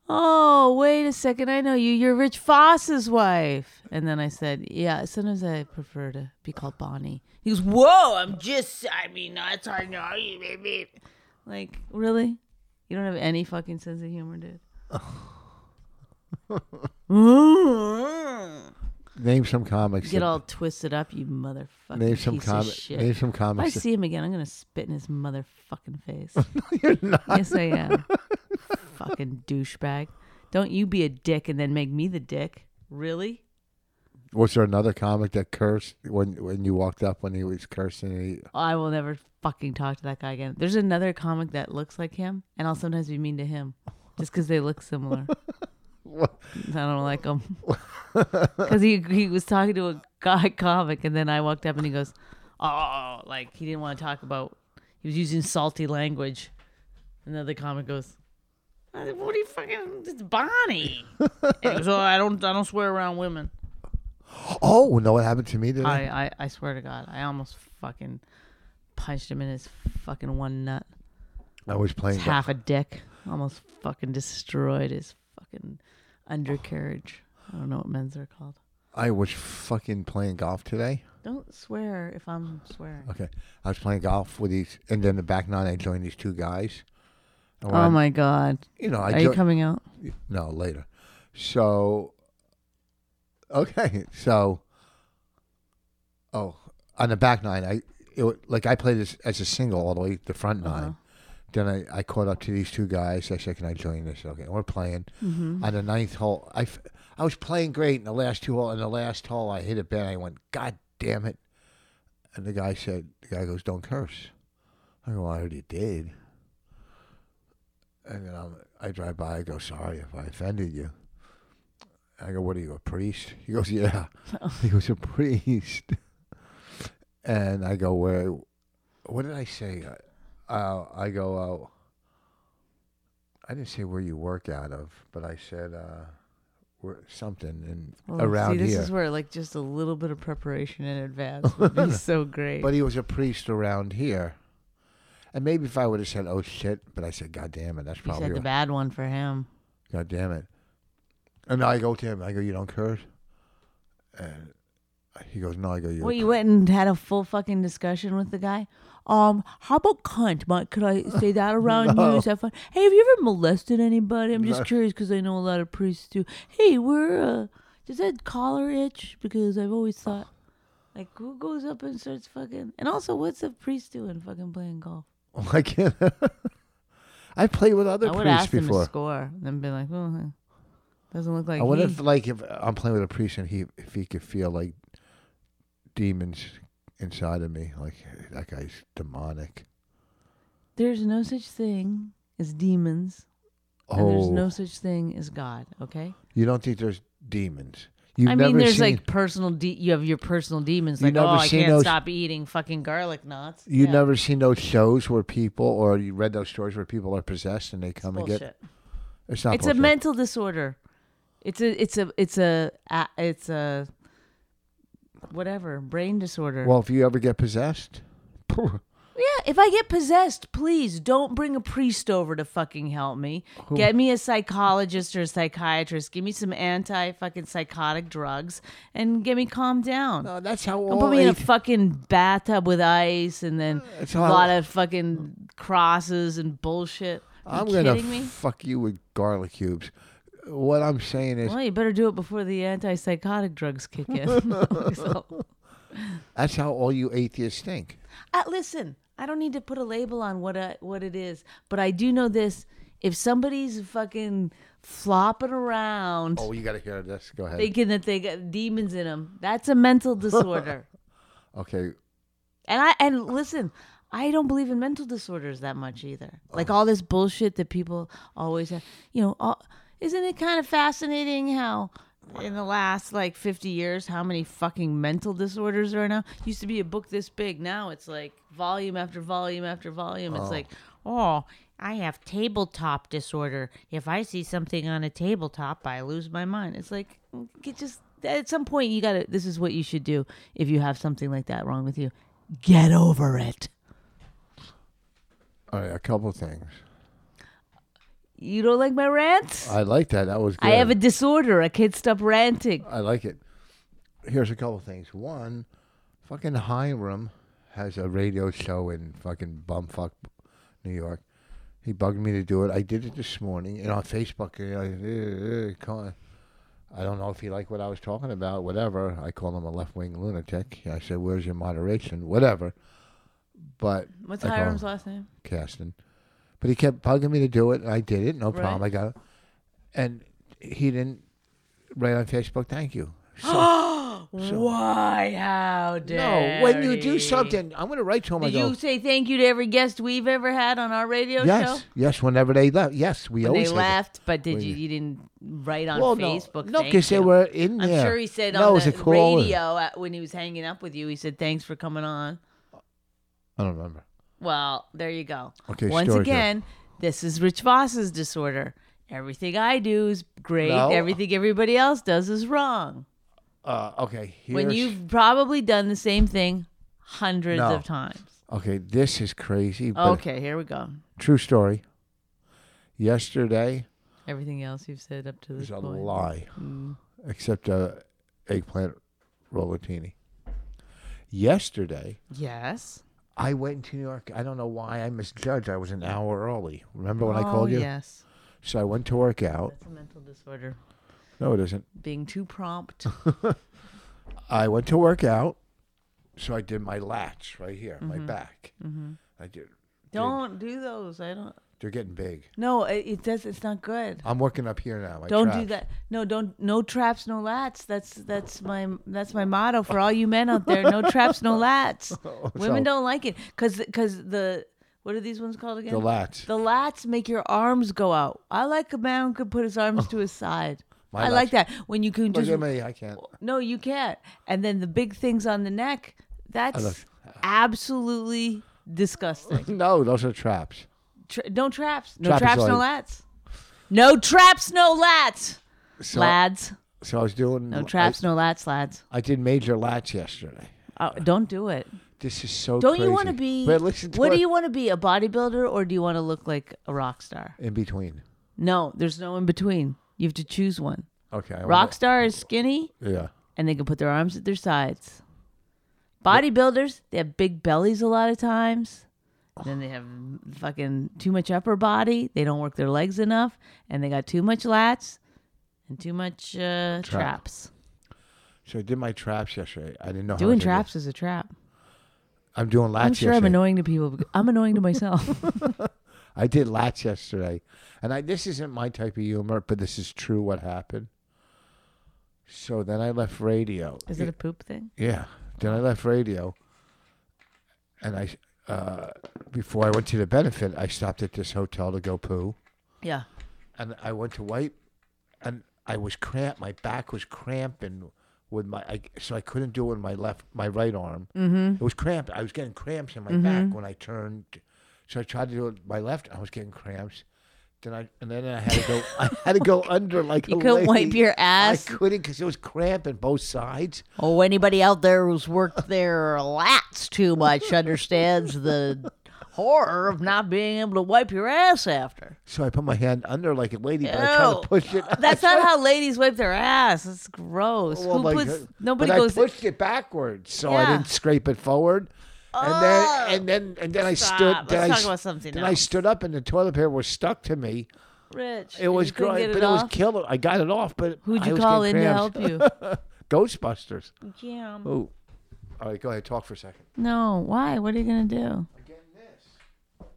B: Oh, wait a second. I know you. You're Rich Foss's wife. And then I said, Yeah, sometimes I prefer to be called Bonnie. He goes, Whoa, I'm just, I mean, that's how I know you, baby. Like, really? You don't have any fucking sense of humor, dude.
A: Name some comics.
B: Get
A: that-
B: all twisted up, you motherfucking
A: name some
B: piece of
A: comics.
B: shit.
A: Name some
B: if I
A: comics.
B: see him again, I'm gonna spit in his motherfucking face.
A: You're not.
B: yes, I am. fucking douchebag. Don't you be a dick and then make me the dick. Really?
A: Was there another comic that cursed when when you walked up when he was cursing? And he,
B: I will never fucking talk to that guy again. There's another comic that looks like him, and I'll sometimes be mean to him just because they look similar. I don't like him because he he was talking to a guy comic, and then I walked up and he goes, "Oh, like he didn't want to talk about." He was using salty language. Another comic goes, "Uh, "What do you fucking? It's Bonnie." and he goes, "Oh, I don't I don't swear around women."
A: oh, know what happened to me today?
B: I, I I swear to God, I almost fucking punched him in his fucking one nut.
A: I was playing. go-
B: half a dick. Almost fucking destroyed his fucking undercarriage. I don't know what men's are called.
A: I was fucking playing golf today.
B: Don't swear if I'm swearing.
A: Okay, I was playing golf with these, and then the back nine I joined these two guys. And when
B: Oh
A: I-
B: my god.
A: You know, I
B: Are you
A: jo-
B: coming out?
A: No, later. So, okay. So, oh, on the back nine, I it, wa- like I played as, as a single all the way to the front 9 Then I, I caught up to these two guys. I said, "Can I join this?" Okay, we're playing on the ninth hole. I, f- I was playing great in the last two hole. In the last hole, I hit it bad. I went, "God damn it!" And the guy said, "The guy goes, don't curse." I go, well, "I already did." And then I'm, I drive by. I go, sorry if I offended you. I go, what are you, a priest? He goes, yeah. He goes, a priest. And I go, where? What did I say? Uh, I go, oh, I didn't say where you work out of, but I said uh, where, something in,
B: Oh,
A: around
B: See, this
A: here.
B: is where like just a little bit of preparation in advance would be so great.
A: But he was a priest around here. And maybe if I would have said, oh shit, but I said, God damn it, that's
B: you
A: probably
B: said the
A: right.
B: bad one for him.
A: God damn it. And I go to him, I go, You don't curse? And he goes, No, I go, You're
B: Well,
A: a
B: you went and had a full fucking discussion with the guy. Um, how about cunt? Mike? Could I say that around you? Is that fun? Hey, have you ever molested anybody? I'm just curious because I know a lot of priests do. Hey, we're uh, does that collar itch? Because I've always thought, like, who goes up and starts fucking? And also, what's a priest doing fucking playing golf?
A: Oh, I can't. I played with other
B: I would
A: priests
B: ask him
A: before.
B: to score and then be like, well, huh, doesn't look like
A: I wonder
B: he.
A: if, like, if I'm playing with a priest and he, if he could feel like demons inside of me, like that guy's demonic.
B: There's no such thing as demons, and
A: Oh,
B: there's no such thing as God. Okay.
A: you don't think there's demons? You've
B: I
A: never
B: mean, there's
A: seen,
B: like personal. De- you have your personal demons,
A: You
B: like oh,
A: never
B: I
A: seen
B: can't
A: those-
B: stop eating fucking garlic knots.
A: you
B: Yeah.
A: never seen those shows where people, or you read those stories where people are possessed and they come and get.
B: Bullshit.
A: It's not.
B: It's a
A: bullshit.
B: mental disorder. It's a. It's a. It's a. a- It's a. Whatever brain disorder.
A: Well, if you ever get possessed,
B: yeah. If I get possessed, please don't bring a priest over to fucking help me. Get me a psychologist or a psychiatrist. Give me some anti fucking psychotic drugs and get me calmed down.
A: no, that's how
B: Don't
A: all
B: put me in a
A: eight-
B: fucking bathtub with ice and then
A: That's
B: a
A: how I-
B: lot of fucking crosses and bullshit. Are you
A: I'm gonna
B: kidding me?
A: fuck you with garlic cubes. What I'm saying is
B: Well, you better do it before the antipsychotic drugs kick in. So-
A: that's how all you atheists think.
B: Uh, listen, I don't need to put a label on what I, what it is, but I do know this: if somebody's fucking flopping around
A: Oh, you got to hear this. Go ahead.
B: thinking that they got demons in them, that's a mental disorder.
A: okay,
B: And I and listen, I don't believe in mental disorders that much either. Like all this bullshit that people always have, you know, all, isn't it kind of fascinating how in the last like 50 years how many fucking mental disorders are now? Used to be a book this big, now it's like volume after volume after volume. It's like, "Oh, I have tabletop disorder. If I see something on a tabletop, I lose my mind." It's like it just at some point you got to this is what you should do if you have something like that wrong with you get over it.
A: all right. A couple things.
B: You don't like my rants?
A: I like that. That was. Good.
B: I have a disorder. I can't stop ranting.
A: I like it. Here's a couple things. One, fucking Hiram has a radio show in fucking bumfuck New York. He bugged me to do it. I did it this morning, and on Facebook, you know, I- eh, eh, call- I don't know if he liked what I was talking about, whatever. I call him a left wing lunatic. I said, Where's your moderation? Whatever. But
B: What's
A: I call
B: Hiram's
A: him
B: last name?
A: Caston. But he kept bugging me to do it, and I did it. No
B: Right.
A: problem. I got it. And he didn't write on Facebook, Thank you. So,
B: Why? How
A: no,
B: dare
A: when you do
B: he?
A: something, I'm going to write to him. I
B: Did
A: go,
B: you say thank you to every guest we've ever had on our radio
A: Yes,
B: show?
A: yes, whenever they left. Yes, we
B: When
A: always said
B: they
A: that.
B: left, but did
A: When
B: you
A: you-
B: you didn't write on
A: Well, no.
B: Facebook?
A: No,
B: thank
A: because they
B: you"?
A: were in
B: I'm
A: there.
B: sure he said
A: No, it
B: on
A: was
B: the
A: a caller.
B: radio at, when he was hanging up with you. He said thanks for coming on.
A: I don't remember.
B: Well, there you go.
A: Okay,
B: Once
A: story time.
B: again, this is Rich Voss's disorder. Everything I do is great.
A: No.
B: Everything everybody else does is wrong.
A: Uh, okay, here's,
B: When you've probably done the same thing hundreds
A: No.
B: of times.
A: okay, this is crazy. But
B: Okay, here we go.
A: True story. Yesterday
B: Everything else you've said up to
A: was
B: this
A: a
B: point.
A: lie,
B: Mm,
A: except a eggplant rollatini. Yesterday,
B: Yes.
A: I went to New York. I don't know why I misjudged. I was an hour early. Remember
B: Oh,
A: when I called you?
B: Yes.
A: So I went to work out.
B: It's a mental disorder.
A: No, it isn't.
B: Being too prompt.
A: I went to work out, so I did my lats right here, my back. I did.
B: Mm-hmm. don't do those. I don't.
A: They're getting big.
B: No, it, it does. It's not good.
A: I'm working up here now. my
B: Don't do
A: traps.
B: that. No, don't. No traps, no lats. That's that's my that's my motto for all you men out there. No traps, no lats. Women
A: Oh, So-
B: don't like it because the what are these ones called again?
A: The lats.
B: The lats make your arms go out. I like a man who could put his arms to his side.
A: My
B: I
A: lats-
B: like that when you can
A: Look
B: just
A: at me. I can't.
B: No, you can't. And then the big things on the neck, that's
A: love-
B: absolutely disgusting.
A: No, those are traps.
B: Tra- no traps. No
A: Trapezoid.
B: traps, no lats. No traps, no lats.
A: So,
B: lads.
A: So I was doing.
B: No traps,
A: I,
B: no lats, lads.
A: I did major lats yesterday.
B: Oh, don't do it.
A: This is so.
B: Don't you want to
A: crazy.
B: be
A: But listen to
B: What
A: it.
B: do you want to be? A bodybuilder or do you want to look like a rock star?
A: In between.
B: No, there's no in between. You have to choose one.
A: Okay. I wanna-
B: Rock star is skinny
A: Yeah.
B: and they can put their arms at their sides. Bodybuilders, they have big bellies a lot of times. Then they have fucking too much upper body. They don't work their legs enough, and they got too much lats and too much uh, traps.
A: So I did my traps yesterday. I didn't know how
B: Doing
A: to do it.
B: traps is a trap.
A: I'm doing lats
B: I'm sure I'm
A: yesterday.
B: annoying to people. bec- I'm annoying to myself.
A: I did lats yesterday, and I this isn't my type of humor, but this is true. What happened? So then I left radio.
B: is it a poop thing?
A: Yeah. Then I left radio, and I uh, before I went to the benefit, I stopped at this hotel to go poo,
B: Yeah.
A: and I went to wipe, and I was cramped. My back was cramping with my, I, so I couldn't do it with my left, my right arm. Mm-hmm. It was cramped. I was getting cramps in my
B: Mm-hmm.
A: back when I turned. So I tried to do it with my left. I was getting cramps. Then I and then I had to go. I had to go under like
B: You
A: a
B: couldn't wipe
A: lady.
B: your ass?
A: I couldn't because it was cramping both sides.
B: Oh, anybody out there who's worked their lats too much understands the horror of not being able to wipe your ass after.
A: So I put my hand under like a lady, but I tried
B: Ew.
A: to push it.
B: That's not how ladies wipe their ass. That's gross.
A: Well,
B: Who
A: like,
B: puts?
A: uh,
B: Nobody
A: but
B: goes.
A: I pushed it backwards, so I
B: Yeah.
A: didn't scrape it forward. And
B: Oh.
A: then and then and then I stood.
B: Stop.
A: Then
B: Let's
A: I,
B: talk
A: s-
B: about something
A: Then I
B: else.
A: stood up, and the toilet paper was stuck to me.
B: Rich.
A: It was great, but it, was killer. I got it off, but
B: Who'd
A: I
B: you
A: was
B: call in
A: getting
B: to
A: cramps.
B: help you?
A: Ghostbusters.
B: Yeah.
A: Oh, all right. Go ahead. Talk for a second.
B: No. Why? What are you gonna do?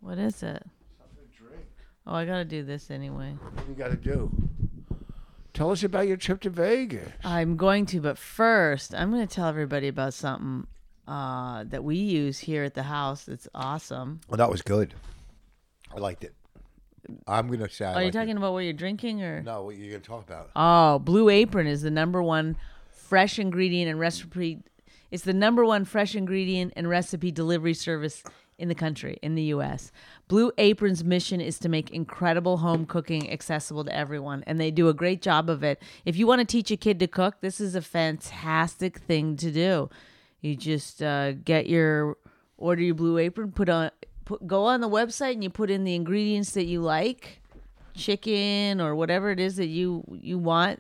B: What is it? Oh, I gotta do this anyway.
A: What do you got to do? Tell us about your trip to Vegas.
B: I'm going to, but first, I'm gonna tell everybody about something uh, that we use here at the house. That's awesome.
A: Well, that was good. I liked it. I'm gonna say.
B: Are you talking about what you're drinking or?
A: No, what you're gonna talk about?
B: Oh, Blue Apron is the number one fresh ingredient and recipe. It's the number one fresh ingredient and recipe delivery service in the country, in the U.S. Blue Apron's mission is to make incredible home cooking accessible to everyone, and they do a great job of it. If you want to teach a kid to cook, this is a fantastic thing to do. You just uh, get your order your Blue Apron, put on, put, go on the website, and you put in the ingredients that you like chicken or whatever it is that you you want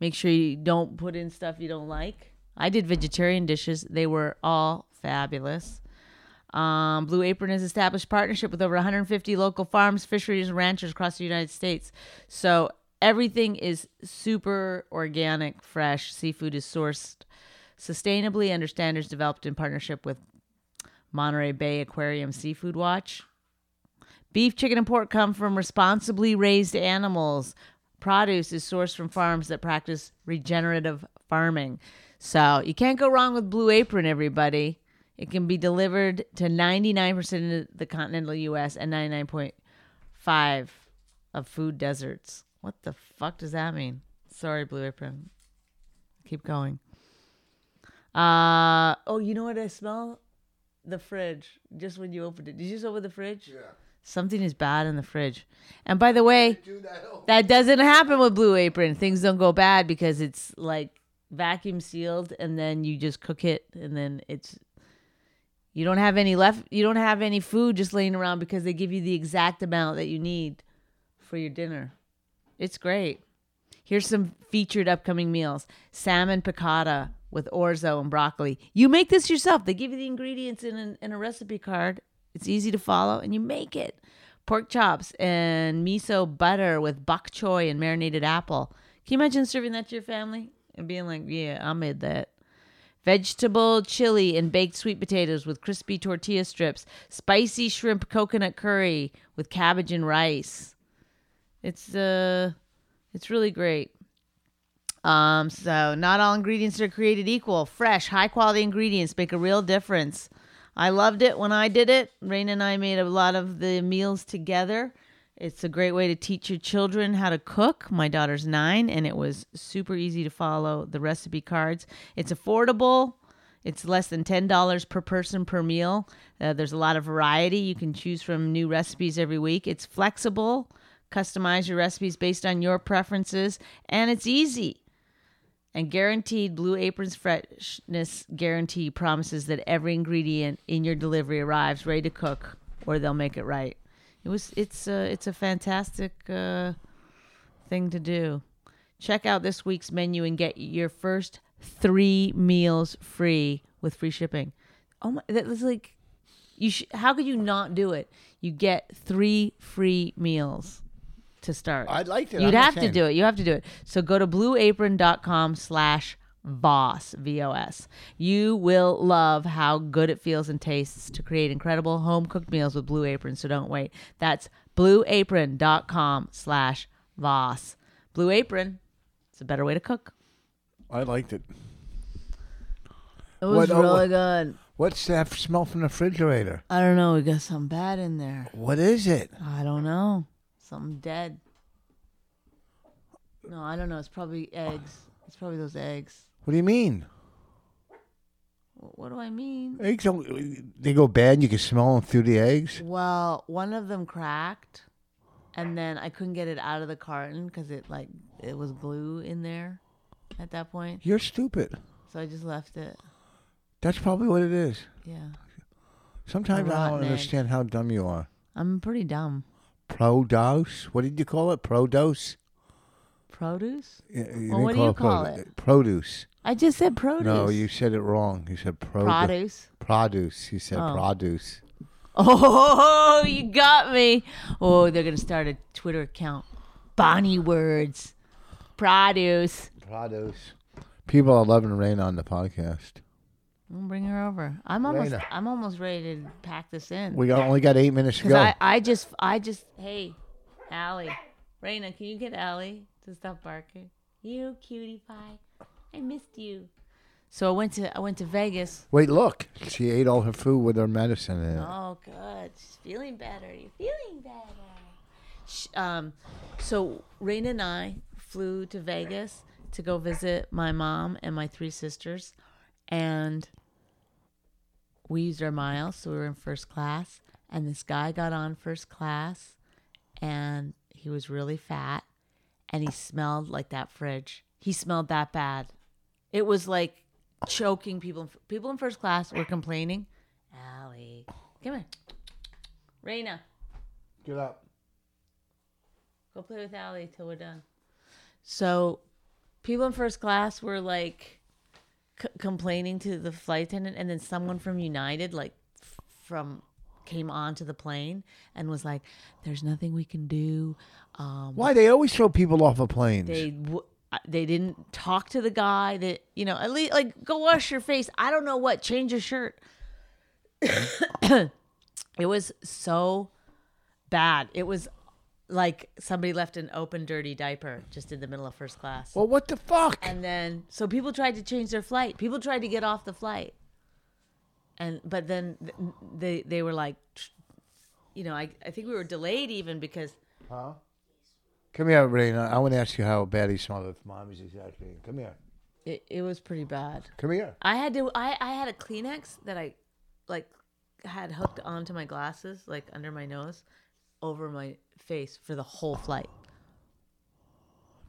B: make sure you don't put in stuff you don't like i did vegetarian dishes they were all fabulous um, Blue Apron has established partnership with over 150 local farms, fisheries, and ranchers across the United States. So everything is super organic, fresh. Seafood is sourced sustainably under standards developed in partnership with Monterey Bay Aquarium Seafood Watch. Beef, chicken, and pork come from responsibly raised animals. Produce is sourced from farms that practice regenerative farming. So you can't go wrong with Blue Apron, everybody. It can be delivered to 99% of the continental U.S. and 99.5 of food deserts. What the fuck does that mean? Sorry, Blue Apron. Keep going. Uh oh, you know what I smell? The fridge. Just when you opened it. Did you just open the fridge? Yeah. Something is bad in the fridge. And by the way, that doesn't happen with Blue Apron. Things don't go bad because it's like vacuum sealed and then you just cook it and then it's you don't have any left you don't have any food just laying around because they give you the exact amount that you need for your dinner. It's great. Here's some featured upcoming meals salmon piccata with orzo and broccoli. You make this yourself. They give you the ingredients in, an, in a recipe card, it's easy to follow, and you make it. Pork chops and miso butter with bok choy and marinated apple. Can you imagine serving that to your family and being like, yeah, I made that? vegetable chili and baked sweet potatoes with crispy tortilla strips, spicy shrimp coconut curry with cabbage and rice. It's uh it's really great. Um so not all ingredients are created equal. Fresh, high quality ingredients make a real difference. I loved it when I did it. Raina and I made a lot of the meals together. It's a great way to teach your children how to cook. My daughter's nine, and it was super easy to follow the recipe cards. It's affordable. It's less than $10 per person per meal. Uh, there's a lot of variety. You can choose from new recipes every week. It's flexible. Customize your recipes based on your preferences, and it's easy. And guaranteed Blue Apron's freshness guarantee promises that every ingredient in your delivery arrives ready to cook, or they'll make it right it was it's a it's a fantastic uh, thing to do. Check out this week's menu and get your first three meals free with free shipping. Oh my, that was like you. Sh- how could you not do it? You get three free meals to start.
A: I'd like to.
B: You'd
A: I'm the
B: have to
A: same.
B: do it. You have to do it. So go to blueapron.com slash boss v-o-s you will love how good it feels and tastes to create incredible home cooked meals with blue apron so don't wait that's blueapron.com slash boss blue apron it's a better way to cook
A: I liked it.
B: it
A: was What- oh, really
B: good
A: What's that smell from the refrigerator?
B: i don't know we got something bad in there
A: What is it?
B: i don't know something dead no i don't know it's probably eggs it's probably those eggs
A: What do you mean?
B: Wh- what do i mean
A: Eggs don't, they go bad. You can smell them through the eggs.
B: Well, one of them cracked, and then I couldn't get it out of the carton because it like it was glue in there at that point.
A: You're stupid.
B: So I just left it.
A: That's probably what it is.
B: Yeah,
A: Sometimes I don't
B: rotten egg.
A: understand how dumb you are.
B: I'm pretty dumb.
A: Produce? What did you call it? Produce?
B: Produce?
A: You- you
B: Well,
A: didn't
B: what do you call
A: produce.
B: it?
A: Produce.
B: I just said produce.
A: No, you said it wrong. You said produ-
B: produce.
A: Produce. You said
B: Oh.
A: produce.
B: Oh, you got me. Oh, they're gonna start a Twitter account. Bonnie words. Produce.
A: Produce. People are loving Rain on the podcast.
B: I'm gonna bring her over. I'm almost.
A: Later.
B: I'm almost ready to pack this in.
A: We got, only got eight minutes to
B: Because
A: go.
B: I, I just, I just, hey, Allie, Raina, can you get Allie to stop barking? You cutie pie, I missed you. So I went to, I went to Vegas.
A: Wait, look. She ate all her food with her medicine in it.
B: Oh, good, she's feeling better. You feeling better? Sh um, so Raina and I flew to Vegas to go visit my mom and my three sisters, and we used our miles, so we were in first class. And this guy got on first class, and he was really fat, and he smelled like that fridge. He smelled that bad. It was like choking people. in- People in first class were complaining. Allie, come here, Raina.
A: Get up.
B: Go play with Allie till we're done. So, people in first class were like c- complaining to the flight attendant, and then someone from United, like f- from came onto the plane and was like, "There's nothing we can do." Um,
A: Why they always throw people off of planes?
B: they w- uh, they didn't talk to the guy that you know at least like go wash your face. I don't know what change your shirt. it was so bad. It was like somebody left an open dirty diaper just in the middle of first class.
A: well, what the fuck?
B: And then so people tried to change their flight. People tried to get off the flight. And but then th- they they were like tr- you know, I I think we were delayed even because
A: Come here, Raina. I want to ask you how bad he smelled if mom is exactly. Come here.
B: it, it was pretty bad.
A: Come here.
B: I had to I I had a Kleenex that I like had hooked onto my glasses like under my nose over my face for the whole flight.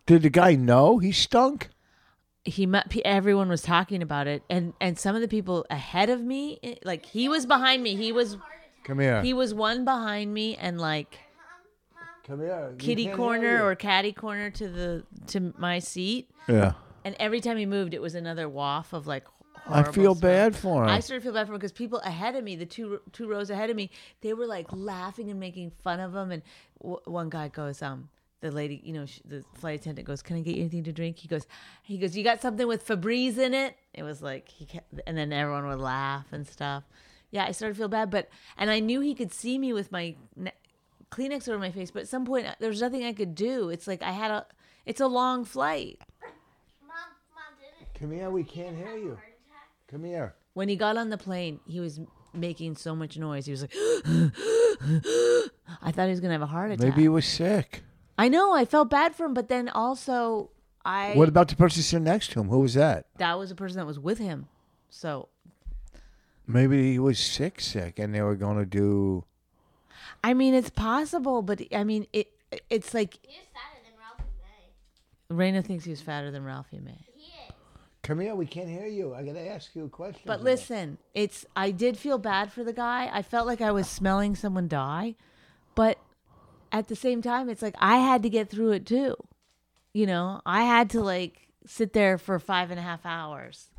A: Did the guy know he stunk?
B: he met pe- everyone was talking about it and and some of the people ahead of me eh, like he was behind me he was
A: Come here.
B: he was one behind me and like
A: Come here. You
B: kitty
A: can't
B: corner
A: hear
B: or catty corner to the to my seat
A: you. Yeah.
B: and every time he moved it was another waff of like
A: I
B: horrible
A: feel
B: smell.
A: bad for him.
B: I started to feel bad for him because people ahead of me, the two two rows ahead of me, they were like laughing and making fun of him. And w- one guy goes, um, the lady, you know, sh the flight attendant goes, "Can I get you anything to drink?" He goes, he goes, "You got something with Febreze in it?" It was like he, kept, and then everyone would laugh and stuff. Yeah, I started to feel bad, but and I knew he could see me with my ne- Kleenex over my face, but at some point there was nothing I could do. It's like I had a, it's a long flight.
A: Come here. We can't hear you. Come here.
B: when he got on the plane, he was making so much noise. He was like, I thought he was gonna have a heart attack.
A: Maybe he was sick.
B: I know. I felt bad for him, but then also, I
A: What about the person sitting next to him? Who was that?
B: that was a person that was with him. So
A: Maybe he was sick, sick, and they were going to do.
B: I mean, it's possible, but I mean, it. It's like
E: He is fatter than Ralphie May.
B: Raina thinks he was fatter than Ralphie May.
E: He is.
A: Come here. We can't hear you. I got to ask you a question.
B: But listen, it's I did feel bad for the guy. I felt like I was smelling someone die, but at the same time, it's like I had to get through it too. You know, I had to like sit there for five and a half hours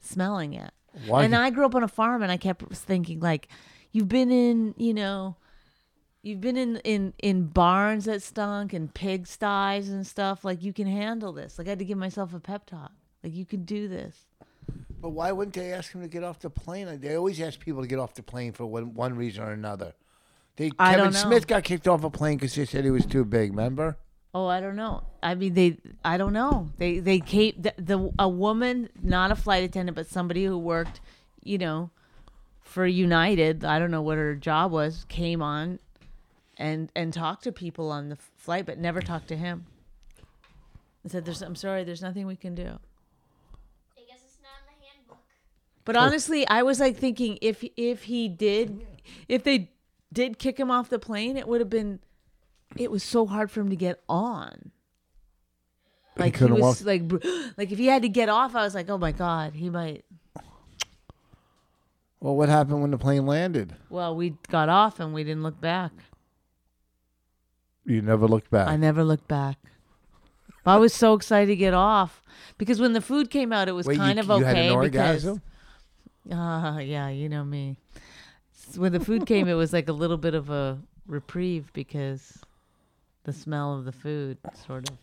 B: smelling it.
A: Why-
B: And I grew up on a farm, and I kept thinking like, you've been in, you know. You've been in, in, in barns that stunk and pigsties and stuff. Like, you can handle this. Like, I had to give myself a pep talk. Like, you can do this.
A: But why wouldn't they ask him to get off the plane? They always ask people to get off the plane for one, one reason or another. They,
B: I
A: Kevin
B: don't know.
A: Smith got kicked off a plane because they said he was too big. Remember?
B: Oh, I don't know. I mean, they. I don't know. They. They came. The, the a woman, not a flight attendant, but somebody who worked, you know, for United. I don't know what her job was. Came on, and and talked to people on the flight, but never talked to him. And said, "There's. I'm sorry. There's nothing we can do."
E: I guess it's not in the handbook.
B: But honestly, I was like thinking if if he did, if they did kick him off the plane, it would have been. It was so hard for him to get on. Like he,
A: couldn't walk.
B: was like br- like if he had to get off, I was like, oh my god, he might.
A: Well, what happened when the plane landed?
B: Well, we got off and we didn't look back.
A: You never looked back.
B: I never looked back. But I was so excited to get off because when the food came out, it was
A: Wait,
B: kind
A: you,
B: of
A: you
B: okay
A: had an
B: because
A: orgasm?
B: Ah, yeah, you know me. S- When the food came, it was like a little bit of a reprieve because the smell of the food sort of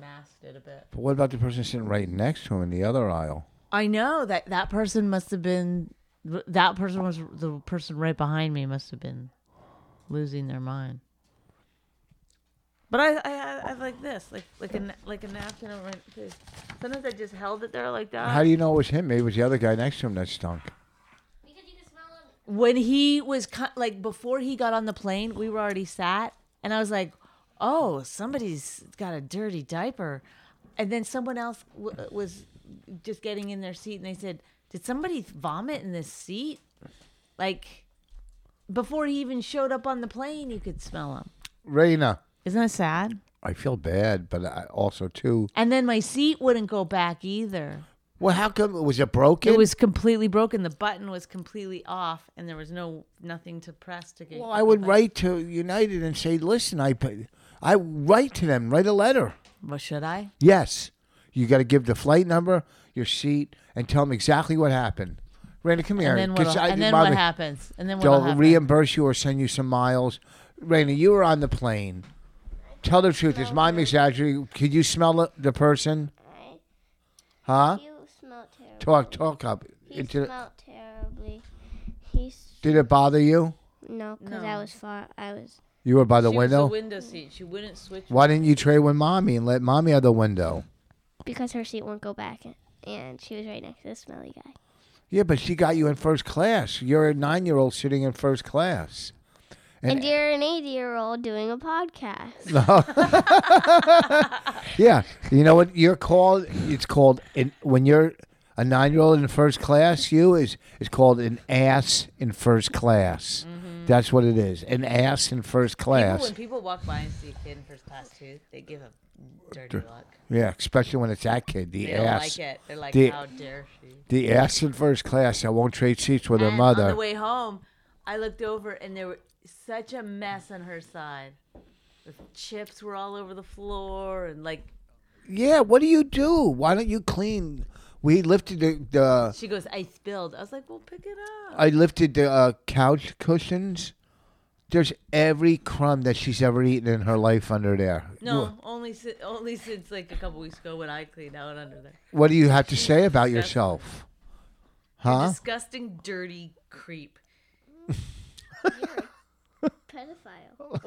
B: masked it a bit.
A: But what about the person sitting right next to him in the other aisle?
B: I know that that person must have been th- that person was the person right behind me must have been losing their mind. But I, I, I, I like this, like like a na- like a napkin over my face. Sometimes I just held it there like that.
A: How do you know it was him? Maybe it was the other guy next to him that stunk.
E: Because you can smell him.
B: when he was co- like before he got on the plane, we were already sat, and I was like, "Oh, somebody's got a dirty diaper," and then someone else w- was just getting in their seat, and they said, "Did somebody vomit in this seat?" Like before he even showed up on the plane, you could smell him.
A: Raina,
B: Isn't that sad?
A: I feel bad, but I also too.
B: And then my seat wouldn't go back either.
A: Well, how come was it broken?
B: It was completely broken. The button was completely off, and there was no nothing to press to get.
A: Well, I would write to United and say, "Listen, I, pay- I write to them, write a letter.
B: Well, should I?
A: Yes, you got to give the flight number, your seat, and tell them exactly what happened." Randy, come here.
B: And then
A: 'cause
B: what?
A: I-
B: And then
A: Bobby,
B: what happens? And then what
A: They'll
B: happens?
A: reimburse you or send you some miles. Randy, you were on the plane. Tell the truth. Is mom exaggerating? Could you smell the- the person?
F: I,
A: Huh?
F: you smell terrible.
A: Talk, talk up.
F: He
A: It did,
F: smelled terribly. He's
A: did it bother you?
F: no, cause I was far. I was.
A: You were by the
B: She was
A: window.
B: the window seat. She wouldn't switch.
A: Why didn't you trade with mommy and let mommy out the window?
F: because her seat won't go back, and, and she was right next to the smelly guy.
A: Yeah, but she got you in first class. You're a nine-year-old sitting in first class.
F: And you're an 80 year old doing a podcast.
A: Yeah, you know what? You're called. It's called in, when you're a nine-year-old in first class. You is it's called an ass in first class. That's what it is. An ass in first
B: Mm-hmm. People,
A: class.
B: when people walk by and see a kid in first class too, they give a dirty look.
A: yeah, especially when it's that kid. The
B: They don't
A: ass.
B: like it. They're like,
A: The-
B: how dare she?
A: The ass in first class. I won't trade seats with her
B: And
A: mother.
B: On the way home, I looked over and there was such a mess on her side. The chips were all over the floor and like
A: yeah. What do you do? Why don't you clean? We lifted the. the
B: she goes, I spilled. I was like, well, pick it up.
A: I lifted the uh, couch cushions. There's every crumb that she's ever eaten in her life under there.
B: No, only si- only since like a couple weeks ago when I cleaned out under there.
A: What do you have to say about yourself? Huh?
B: Disgusting, dirty creep.
F: Pedophile.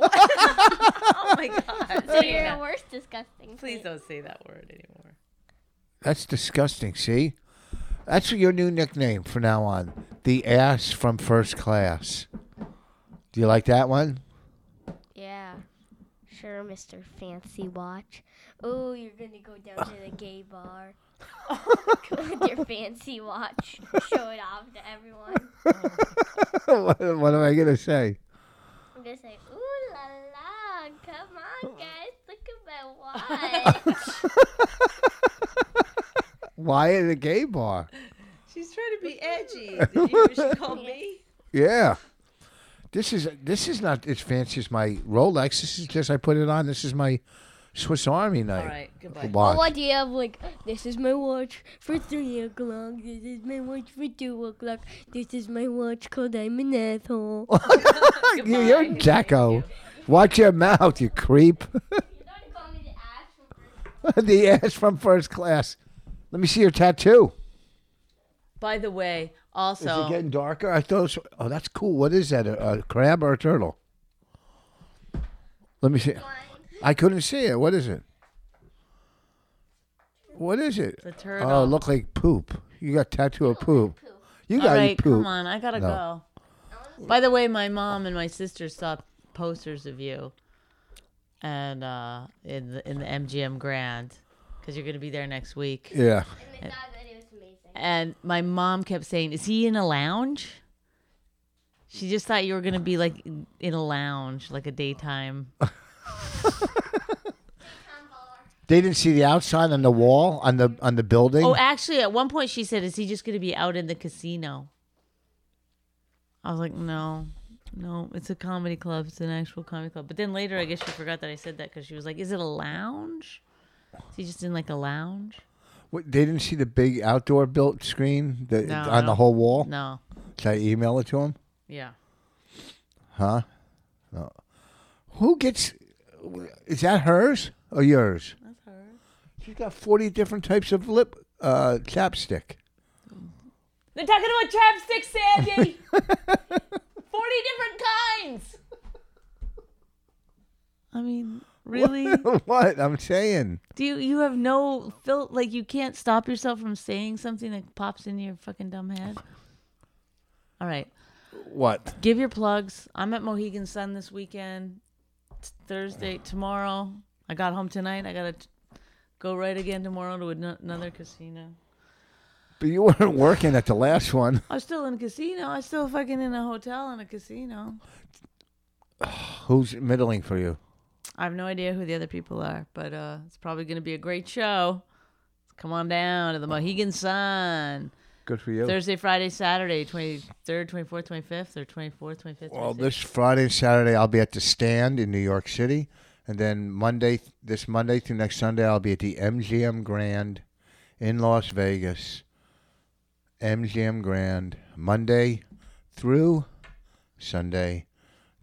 B: Oh my god.
F: You're
B: Dana,
F: the worst disgusting.
B: Please
F: thing.
B: don't say that word anymore.
A: That's disgusting. See, that's your new nickname from now on. The ass from first class. Do you like that one?
F: Yeah. Sure, Mr. Fancy Watch. Oh, you're gonna go down to the gay bar. With your fancy watch. Show it off to everyone.
A: what, what am I gonna say?
F: I'm gonna say, ooh la la, come on guys, look at my watch.
A: Why at a gay bar?
B: She's trying to be edgy. Did you hear what she called me?
A: Yeah. This is this is not as fancy as my Rolex. This is just I put it on. This is my Swiss Army knife.
B: All right, goodbye.
F: Or
A: Watch.
F: what do you have like, this is my watch for 3 o'clock, this is my watch for 2 o'clock, this is my watch called I'm an asshole.
A: You, you're a Jacko. Watch your mouth, you creep.
F: You're gonna call me the ass
A: the ass from first class. Let me see your tattoo.
B: By the way,
A: Is
B: also
A: it getting darker? I thought. It was, oh, that's cool. What is that? A, a crab or a turtle? Let me see. I couldn't see it. What is it? What is it?
B: the turtle.
A: Oh, it looked like poop. You got tattoo of poop. You
B: All
A: got
B: right,
A: poop.
B: come on. I gotta
A: No.
B: go. By the way, my mom and my sister saw posters of you, and uh, in the, in the MGM Grand, because you're gonna be there next week.
A: Yeah.
F: And I thought that it was amazing.
B: And my mom kept saying, "Is he in a lounge?" She just thought you were gonna be like in a lounge, like a daytime.
A: They didn't see the outside on the wall on the on the building.
B: Oh, actually, at one point she said, "Is he just gonna be out in the casino?" I was like, "No, no, it's a comedy club. It's an actual comedy club." But then later, I guess she forgot that I said that because she was like, "Is it a lounge? Is he just in like a lounge?"
A: What, they didn't see the big outdoor built screen the,
B: No,
A: on the
B: no.
A: whole wall.
B: No,
A: Should I email it to him?
B: yeah.
A: Huh? No. Who gets? Is that hers or yours? That's hers. She's got forty different types of lip uh, chapstick.
G: They're talking about chapstick, Sandy. Forty different kinds.
B: I mean, really?
A: what I'm saying?
B: Do you, you have no fil- like you can't stop yourself from saying something that pops into your fucking dumb head? All right.
A: What?
B: Give your plugs. I'm at Mohegan Sun this weekend. It's Thursday, tomorrow. I got home tonight. I got to go right again tomorrow to an- another casino.
A: But you weren't working at the last one.
B: I'm still in a casino. I'm still fucking in a hotel in a casino.
A: Who's middling for you?
B: I have no idea who the other people are, but uh, it's probably going to be a great show. Come on down to the Mohegan Sun.
A: Good for you.
B: Thursday, Friday, Saturday, 23rd, 24th, 25th, or 24th, 25th.
A: well,
B: 26th.
A: this Friday and Saturday I'll be at the Stand in New York City, and then Monday, this Monday through next Sunday I'll be at the MGM Grand in Las Vegas, MGM Grand, Monday through Sunday.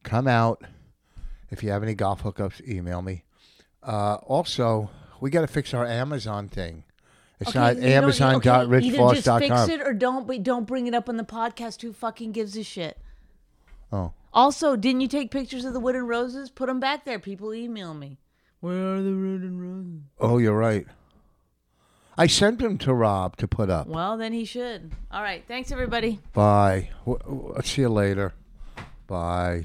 A: Come out. If you have any golf hookups, email me. Uh, also, we got to fix our Amazon thing. It's not
B: you know what, you- okay, Either just
A: amazon.richfoss.com.
B: fix it or don't, but don't bring it up on the podcast. Who fucking gives a shit?
A: Oh.
B: Also, didn't you take pictures of the wooden roses? Put them back there. People email me. Where are the wooden roses?
A: oh, you're right. I sent them to Rob to put up.
B: Well, then he should. All right. Thanks, everybody.
A: Bye. W- w- I'll see you later. Bye.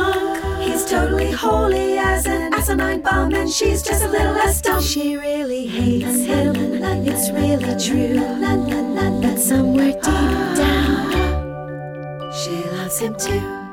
H: He's totally holy as an asinine bomb, and she's just a little less dumb. She really hates him, it's really true. But somewhere deep down, she loves him too.